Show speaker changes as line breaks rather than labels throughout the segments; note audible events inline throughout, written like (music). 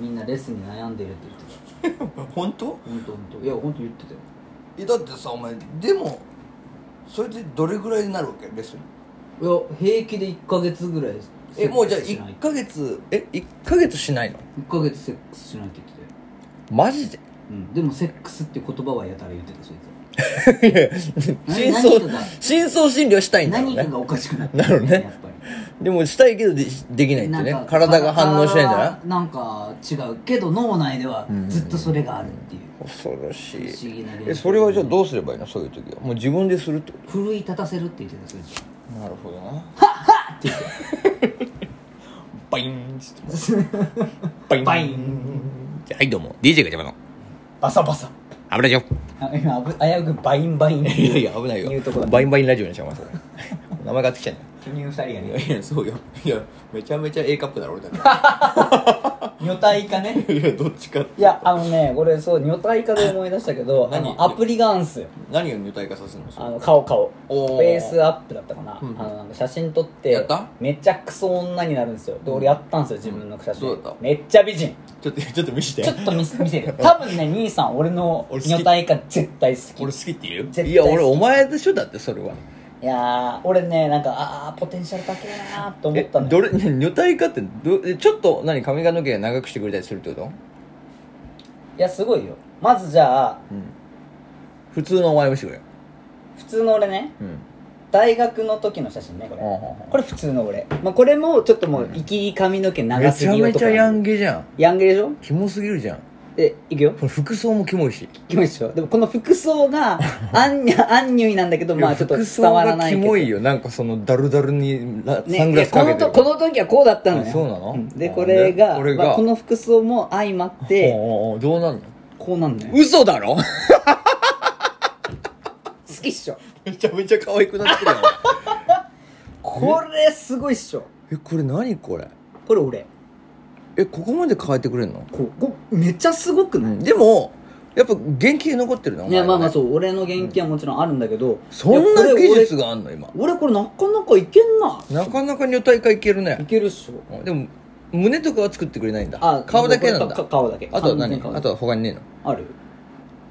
みんなレッスンに悩んでるって言ってた
本当
本当本当いや本当言ってたよ
えだってさお前でもそれでどれぐらいになるわけレッスン
いや平気で1ヶ月ぐらい
えもうじゃあ
セックスしない
1ヶ月え一1ヶ月しないの
1ヶ月セックスしないって言ってたよ、
マ
(laughs)
ジで
うん、でもセックスって言葉はやたら言ってたそいつ
いや
何
真
何か
相
が
真相診療したいんだろう
何か
ね
がおかしくなって
なるほどね
やっぱり
でもしたいけどでできないってね
なんか
体が反応しないんだな
体はなんか違うけど脳内ではずっとそれがあるっていう
恐ろしい
不思議な現象
えそれはじゃあどうすればいいのそういう時はもう自分でするってこ
奮い立たせるって言ってたそれ
となるほどな
って言って
バインっつってバ
(laughs)
イン
バイ
ンはいどうも DJ が邪魔の
バサバサ
危ないよ
あ今危危うくバインバインって
いや
い
いうや危ない
言う
よ
とこだ
バインバインラジオにしちゃいます名前がつきちゃう
巨乳二人や
い
ね
やいやそうよいやめちゃめちゃ A カップだろ俺だか
女体化ね
ら (laughs) いやどっちか
いやあのねこれそう女体化で思い出したけどあ
(laughs) 何
のアプリがあんすよ
何を入体化させるのそ
あ
れ
の顔顔フ
おー
ェイスアップだったかな,、
うんうん
あのなんか写真撮って
やった
めちゃくそ女になるんですよで俺やったんですよ自分の写真、
うんどうだった
めっちゃ美人
ちょっとちょっと見して
ちょっと見せ見
(laughs)
せる多分ね兄さん俺の
俺好き
女体化絶対好き
俺好きって言う
絶対好き
いや俺お前でしょだってそれはい
やー俺ねなんかああポテンシャル高えなーって思
え
ったの
どれね女体化ってどえちょっと何髪の毛長くしてくれたりするってこと
いやすごいよまずじゃあ
普通のお前もしてくれよ
普通の俺ね
うん
大学の時の写真ねこれ、
うんうんうん
これ普通の俺、まあ、これもちょっともう生き髪の毛長
め
す
ち
ぎ
ゃ
る
め
と
ち
か
ゃヤンゲじゃん
ヤンゲでしょ
キモすぎるじゃん
えいくよ
これ服装もキモいし
キモいでしょでもこの服装
(laughs)
がアンニュアンニュイなんだけどまあちょっと
服
伝
装
わら
が
ない
キ
けど
モいよなんかそのダルダルにラ
ね
サングラス
いや
かけ
こ
て
の
る
とこの時はこうだったのよ
あそうなの
んで
あ
これが
でこれが
まあこの服装も相まっ
お
て
うおうおうどうなんの
こうなんだよ好
嘘だろ
きっしょ
めちゃめちゃ可愛くなってるや
(laughs)
ん
これすごいっしょ
えこれ何これ
これ俺
えここまで変えてくれんの、
こうこうめっちゃすごくない、
でもやっぱ原型残ってるのお
い
前
や
はね
まあまあそう俺の元気はもちろんあるんだけど
そん
いや
な
これ
技術があんの今
俺俺これなかなかいけんな
なかなか女体化いける
い
ね
けるっしょ
でも胸とかは作ってくれないんだ
あ
顔だけなんだ
か顔だけ
あ
完
とは
全
何
に顔だ
あ
け
とは他にね
ある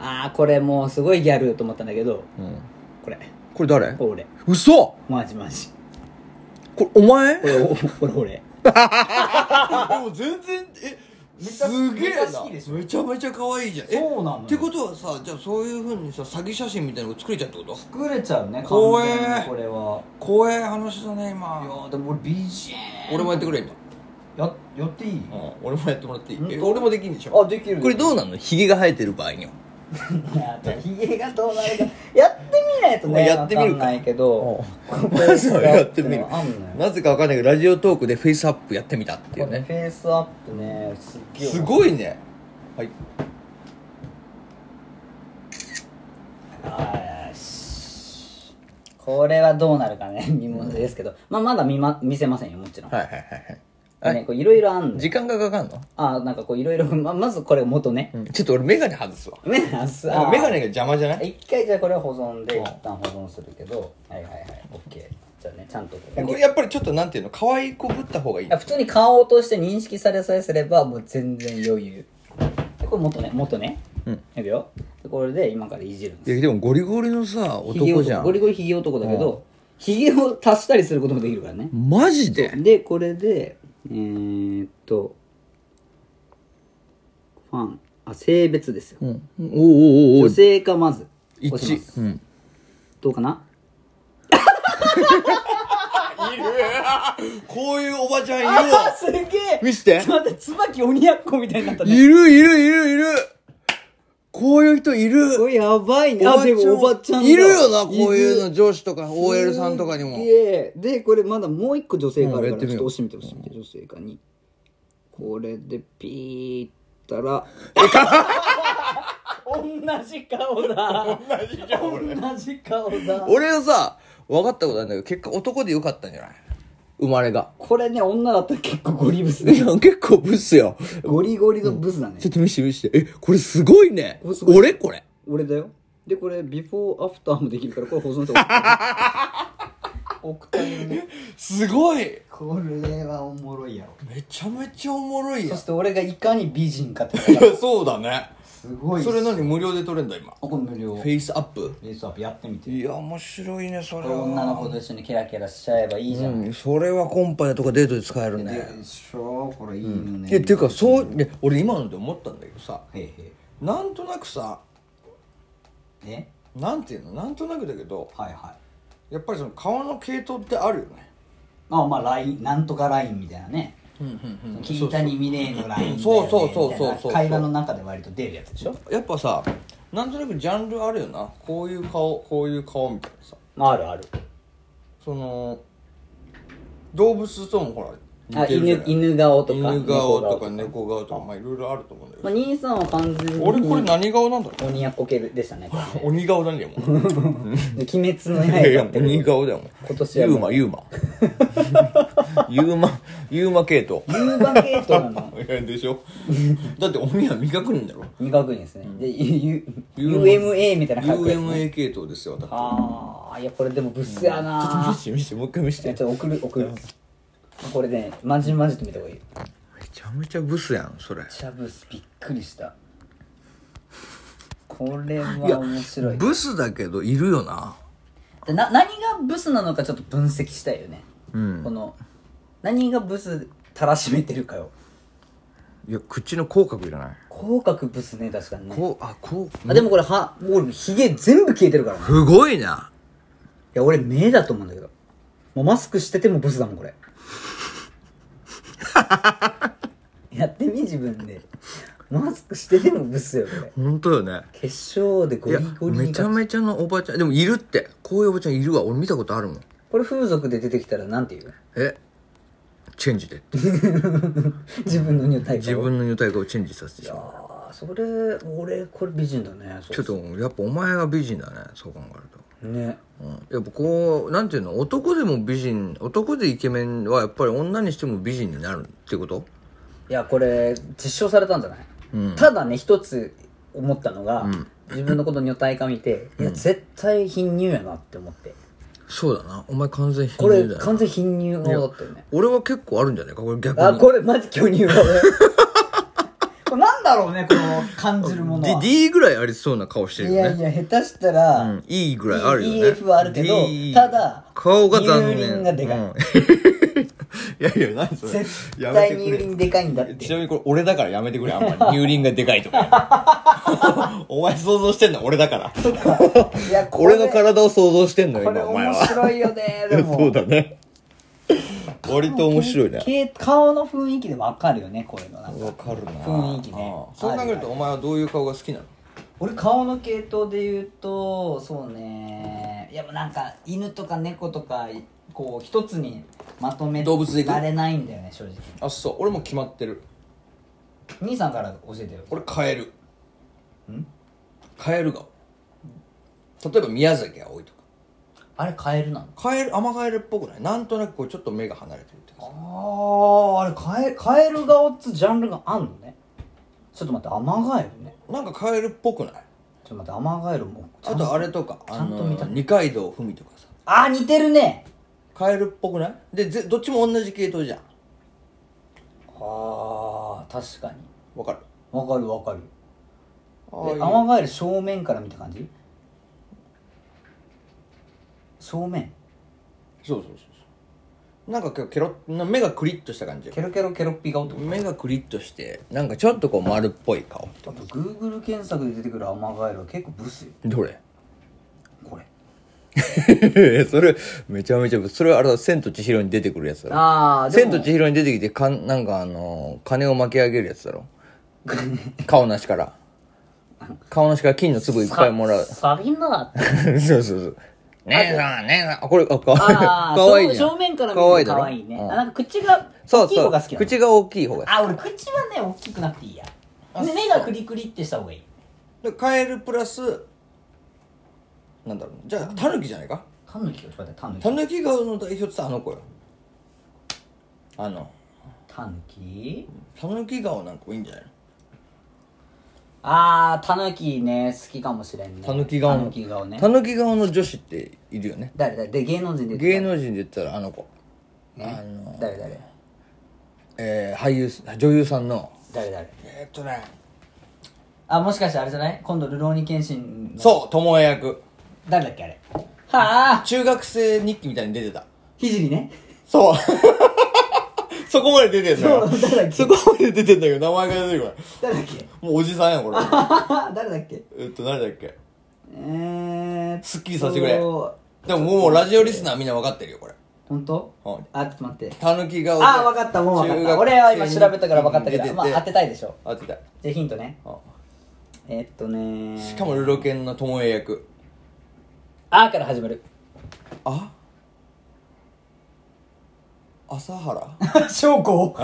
ああこれもうすごいギャルと思ったんだけど
えのうん
これ
これ誰
これ俺
嘘
マジマジ
これお
(laughs)
前
これおこれ俺
でも全然え
めちゃ
すげえ
めちゃ好きでしょ
なめちゃめちゃ可愛いじゃんえ
そうなのよ
ってことはさじゃあそういうふうにさ詐欺写真みたいなの作れちゃうってこと
作れちゃうね
怖え
完全にこれは
怖え話だね
いや
今
ーでも俺美人
俺もやってくれ今、
ややっていい
うん、俺もやってもらっていい
本当
え俺もできんでしょ
あできる
これどうなのヒゲが生えてる場合にはい
やひげがどうなるかやってみないとね
やってみるか
わんないけど
まずはやってみる
あんのよ
なぜかわかんないけどラジオトークでフェイスアップやってみたってい
こ
う
れ
ね
フェイスアップねすっげえ
すごいねはい
よしこれはどうなるかね (laughs) 見ものですけど、まあ、まだ見,、ま、見せませんよもちろん、
はいはいはいはいは
ね
い
こういろいろあんの
時間がかかんの、
あなんかこういろいろ (laughs) ままずこれ元ね
ちょっと俺メガネ外すわ
メガネすあー
メガネが邪魔じゃない
一回じゃあこれは保存で一旦保存するけどはいはいはいオッケーじゃあねちゃんとこれ
これやっぱりちょっとなんていうの可愛い子ぶった方がいい
いや普通に顔として認識されさえすればもう全然余裕でこれ元ね元ね
うん
いくよでこれで今からいじるんです
いやでもゴリゴリのさ
ヒゲ
男じゃ
男ゴリ
ん
ゴリヒゲ男だけどヒゲを足したりすることもできるからね
マジで
でこれでえー、っとファンあ性別ですよ
うん、おーおーお
女
ー
性かまず
お
押します
1うん
どうかない
るこういうおばちゃんいる
あ
わ
すげえ
見し
ち
て
ょっと待って椿鬼奴みたいになった
い
ね
るいるいるいるこういう人いる
これやばいねあでもおばちゃんだ
いるよなこういうの上司とか OL さんとかにも
すげえでこれまだもう一個女性がある
うん
か
やっ
ら
て
ちょっと
みよう
押してみて押してみて女性がにこれでピーったら (laughs) 同じ顔だ同じ顔だ
俺はさ分かったことあるんだけど結果男でよかったんじゃない生まれが
これね女だったら結構ゴリブス
い
ね
や結構ブスよ
ゴリゴリのブスだね
ちょっと見して見してえこれすごいね
これすごい
俺これ
俺だよでこれビフォーアフターもできるからこれ保存しておく (laughs) 送ったのに
すごい
これはおもろいやろ
めちゃめちゃおもろいや
そ
ん
して俺がいかに美人かって
いやそうだね
すごいっす
それ何無料で撮れんだ今
あこれ無料
フ
フ
ェ
ェ
イスアップ
イスアップやってみて
いや面白いねそれは
女の子と一緒にキラキラしちゃえばいいじゃん、
うんそれはコンパやとかデートで使えるね
でしょこれいいよね、
いやっていうかそういや俺今ので思ったんだけどさ
へいへ
なんとなくさ
いえ
なんていうのなんとなくだけど
はいはい
やっぱりその顔の系統ってあるよね
まあまあラインなんとかラインみたいなね金谷美玲のラインだよね
そうそうそう
みたいな
そうそう
会話の中で割と出るやつでしょ
やっぱさなんとなくジャンルあるよなこういう顔こういう顔みたいなさ
あるある
その動物ともほら
あ
似てるじゃ
犬
ない
犬顔とか
犬顔とか猫顔とかまあいろいろあると思うんだけ
ま
ど
あ、兄さんは完全に
俺これ何顔なんだろ
鬼やこ系でしたねこ
う鬼顔だねもう
れねで鬼滅の
いやい
刃
や (laughs)
って
鬼顔だよもう
今年
ユ
は
ー
もう
マユーマ (laughs) ユーマユーマ系統
ユーバ系統なの
いやでし (laughs) ょだって鬼は磨くんだろ
二学年ですねでゆゆ
ユ
UMA みたいな格好ですね
UMA 系統ですよだから
ああいやこれでもブスや
ちょっと
な
見して見してもう一回見し
ちょっ
て
と送る送るこれねまじまじと見た方がいい
めちゃめちゃブスやんそれ
シャブスびっくりしたこれは面白い
ブスだけどいるよな
でな何がブスなのかちょっと分析したいよね、この何がブスたらしめてるかよ
いや口の口角いらない
口角ブスね確かにね
こうあこう
あでもこれは俺ヒゲ全部消えてるからねい
すごいな
や俺目だと思うんだけどもうマスクしててもブスだもんこ
(laughs)
れやってみ自分でマスクしててもブスよこれ
本当よね
決勝で
い
ゴ
や
リゴリ
め
に
ちゃめちゃのおばちゃんでもいるってこういうおばちゃんいるわ俺見たことあるもん
これ風俗で出てきたらなんて言う (laughs)
えチェンジでって
自分のニュータイプ
自分の女体化をチェンジさせてしまう
ああそれ俺これ美人だね
ちょっとやっぱお前が美人だねそう考えると
とね
うんやっぱこうなんていうの男でも美人男でイケメンはやっぱり女にしても美人になるってこと
いやこれ実証されたんじゃない、ただね一つ思ったのが、自分のこと女体化見て、いや絶対貧乳やなって思って
そうだなお前完全
こ
貧
れ
乳だよ
完全貧乳顔だったよね
俺は結構あるんじゃないかこれ逆
あ
に
これマジ巨乳顔 (laughs) これなんだろうねこの感じるものは
D, D ぐらいありそうな顔してる
い
よ
や
ね
いや下手したら、
うん、E ぐらいあるよね
EF はあるけど
D
ただ
顔が残
乳
念
輪がでかい
うん (laughs) いやいや何それ
絶
や
対
め
乳
てくれ
輪でかいんだって
ちなみにこれ俺だからやめてくれあん
(laughs)
まり乳輪がでかいとかお前想像してんの俺だから
いやこれ
俺の体を想像してんの
こ
よ
れ
今お前
面
は
白いよねでも
(laughs) そうだね割と面白いね
け顔の雰囲気でもわかるよねこういうのなんか
わかるな
雰囲気ね
ああそう考えるとお前はどういう顔が好きなの
俺顔の系統で言うとそうねいやなんか犬とか猫とかこう一つにまとめ
動物でいく
られないんだよね正直
あそう俺も決まってる
兄さんから教えてよ
俺カエルんカエル顔例えば宮崎葵とか
あれカエルなの
カエルアマガエルっぽくないなんとなくこうちょっと目が離れてるっていうか
あああれカエカエル顔っつうジャンルがあんのねちょっと待ってアマガエルね
なんかカエルっぽくない
ちょっと待ってアマガエルも
あとあれとか
ち
あ
ゃんと
の
見た
二階堂ふみとかさ
あー似てるね
カエルっぽくないでぜどっちも同じ系統じゃん
あー確かに
わかる
わかるわかる
ああい
え
う
アマガエル正面から見た感じ正面
そうそうそうそうなんか今日ケロッな目がクリッとした感じ
ケロケロケロッピ顔ってこ
目がクリッとしてなんかちょっとこう丸っぽい顔
とあと Google 検索で出てくるアマガエルは結構ブスよ
どれ (laughs)
これ
それめちゃめちゃそれはあれだ「千と千尋」に出てくるやつだろ
ああで
千と
も (laughs)
千尋に出てきてかんなんかあのー金を巻き上げるやつだろ顔なしから顔なしから金の粒いっぱいもらう
サビんなだって
(laughs) そうそうそう姉さん姉さんあこれあかわいい
ああ
かわいいじゃん
正面から見
かわ
る
いいだ
と
ろ
可愛いね
うん
あなんか口が
そ
大
う
きい方
そ
が好き
う
なの
口が大きい方が
あ俺口はね大きくなくていいやで目がクリクリってした方がいい
でカエルプラスなんだろうじゃあタヌキじゃないか
タヌキがちょっと待ってタヌ
タ
キ
ヌキ顔の代表ってさあの子よあの
タヌキ
タヌキ顔なんかいいんじゃないの
あーたぬきね好きかもしれんね
たぬき顔
た
の
ぬき顔ね
たぬき顔の女子っているよね
誰誰で芸能人で
芸
能
能人で言ったらあの子あの
誰誰
えー、俳優女優さんの
誰誰
えーっとね
あもしかしてあれじゃない今度ルローニケンシンの
そう巴役
誰だっけあれはあ
中学生日記みたいに出てた
ひじりね
そう (laughs) そこまで出てんだよ
そう誰だっけ
そこまで出てんだけど名前が出てこない
誰だっけ (laughs)
もうおじさんやんこれ
誰だっけ
えっと誰だっけ
えー
すっきりさせてくれ
っと
でももうラジオリスナーみんな分かってるよこれ
本当
はい
あちょっと待って
たぬき顔で
あ分かったもう分かっ
中
た
学
俺は今調べたから分かったけ
出
ど
て
まあ
て
当てたいでしょ
当てたい
じゃあヒントね
あ
えっとねー
しかもルロケンの巴役
あーから始まる (laughs)
あ朝
(laughs)
原
翔子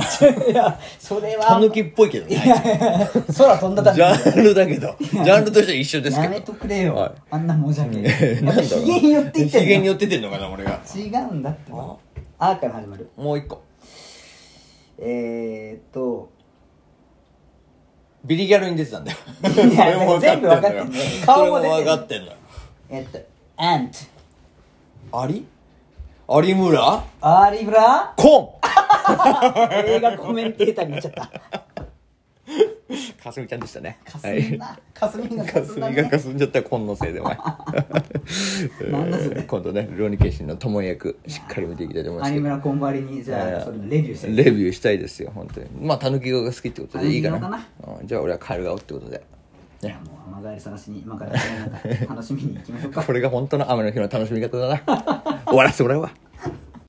いやそれは
たぬきっぽいけどねあいつ
空飛んだだ
ジャンルだけど、ジャンルとしては一緒ですけ
や
ど。
めとくれよ、
はい
あ (laughs) んなもんじゃけ
え (laughs) なんだろう
ひげに寄っていってんの
ヒゲに寄ってってんのかな、俺が。
違うんだってばあーから始まる
もう一個。
えーっと
ビリギャルに出てたんだよ。
いや全部分かってんだよ
顔
顔
も
も
それも
出てる
分かってんのよ。
えっとアント
アリ有村
アーリブラ
コン
映画コメンテーターになっちゃった
かすみちゃんでしたね。
かすみな、かすみが
か
か
す
す
み
みだ
がか
ね
すんじゃったらコンのせいでお前
なんだそれ
えー今度ねロニケンシンの友役しっかり見ていきたいと思います
有
けど
村コンバリにじゃあそれレビューして
レビューしたいですよ本当にまあたぬき顔が好きってことでいいかな
狸顔
うんじゃあ俺はカエル顔ってことでね
もう雨帰り探しに今からなんか楽しみに行きましょうか
(laughs) これが本当の雨の日の楽しみ方だな終わらせてもらうわ